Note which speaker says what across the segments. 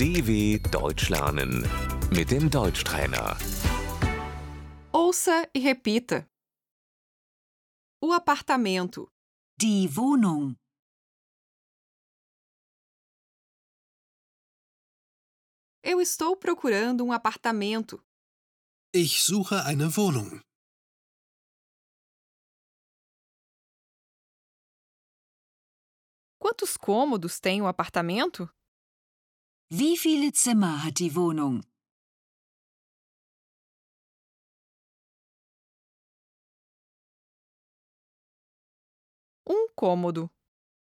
Speaker 1: DW Deutsch lernen mit dem Deutschtrainer.
Speaker 2: Ouça e repita. O apartamento,
Speaker 3: Die Wohnung,
Speaker 2: eu estou procurando um apartamento,
Speaker 4: Ich suche eine Wohnung.
Speaker 2: quantos cômodos tem o apartamento?
Speaker 3: wie viele Zimmer hat die Wohnung?
Speaker 2: Um cômodo,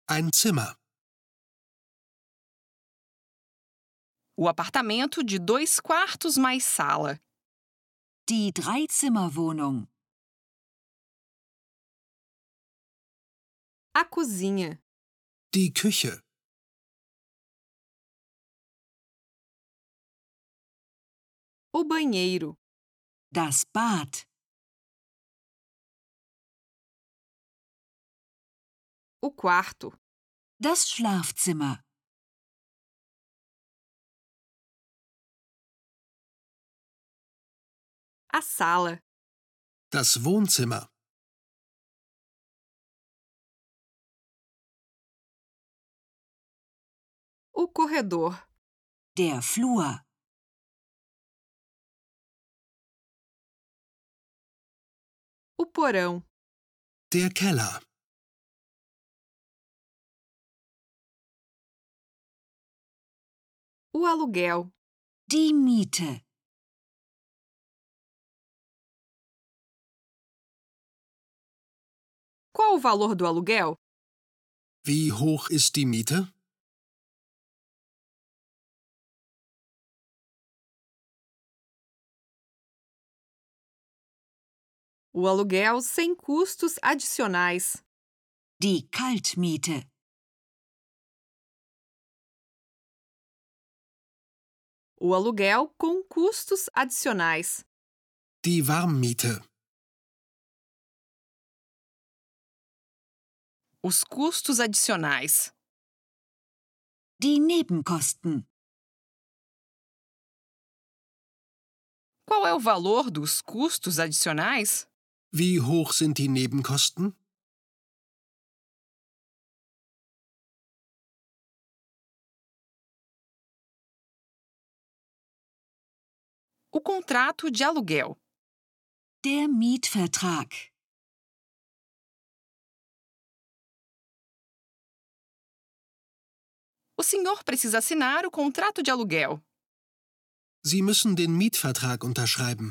Speaker 4: Ein Zimmer.
Speaker 2: o apartamento de dois quartos mais sala,
Speaker 3: Die Dreizimmerwohnung,
Speaker 2: a cozinha,
Speaker 4: Die Küche.
Speaker 2: o banheiro,
Speaker 3: das Bad,
Speaker 2: o quarto,
Speaker 3: das Schlafzimmer,
Speaker 2: a sala,
Speaker 4: Das Wohnzimmer.
Speaker 2: o corredor,
Speaker 3: der Flur,
Speaker 2: o porão,
Speaker 4: Der Keller.
Speaker 2: o aluguel,
Speaker 3: die Miete,
Speaker 2: Qual o valor do aluguel?
Speaker 4: Wie hoch ist die Miete?
Speaker 2: O aluguel sem custos adicionais.
Speaker 3: die Kaltmiete,
Speaker 2: O aluguel com custos adicionais.
Speaker 4: Die Warmmiete.
Speaker 2: Os custos adicionais.
Speaker 3: die Nebenkosten,
Speaker 2: Qual é o valor dos custos adicionais?
Speaker 4: Wie hoch sind die Nebenkosten?
Speaker 2: O contrato de aluguel.
Speaker 3: der Mietvertrag.
Speaker 2: O senhor precisa assinar o contrato de aluguel.
Speaker 4: Sie müssen den Mietvertrag unterschreiben.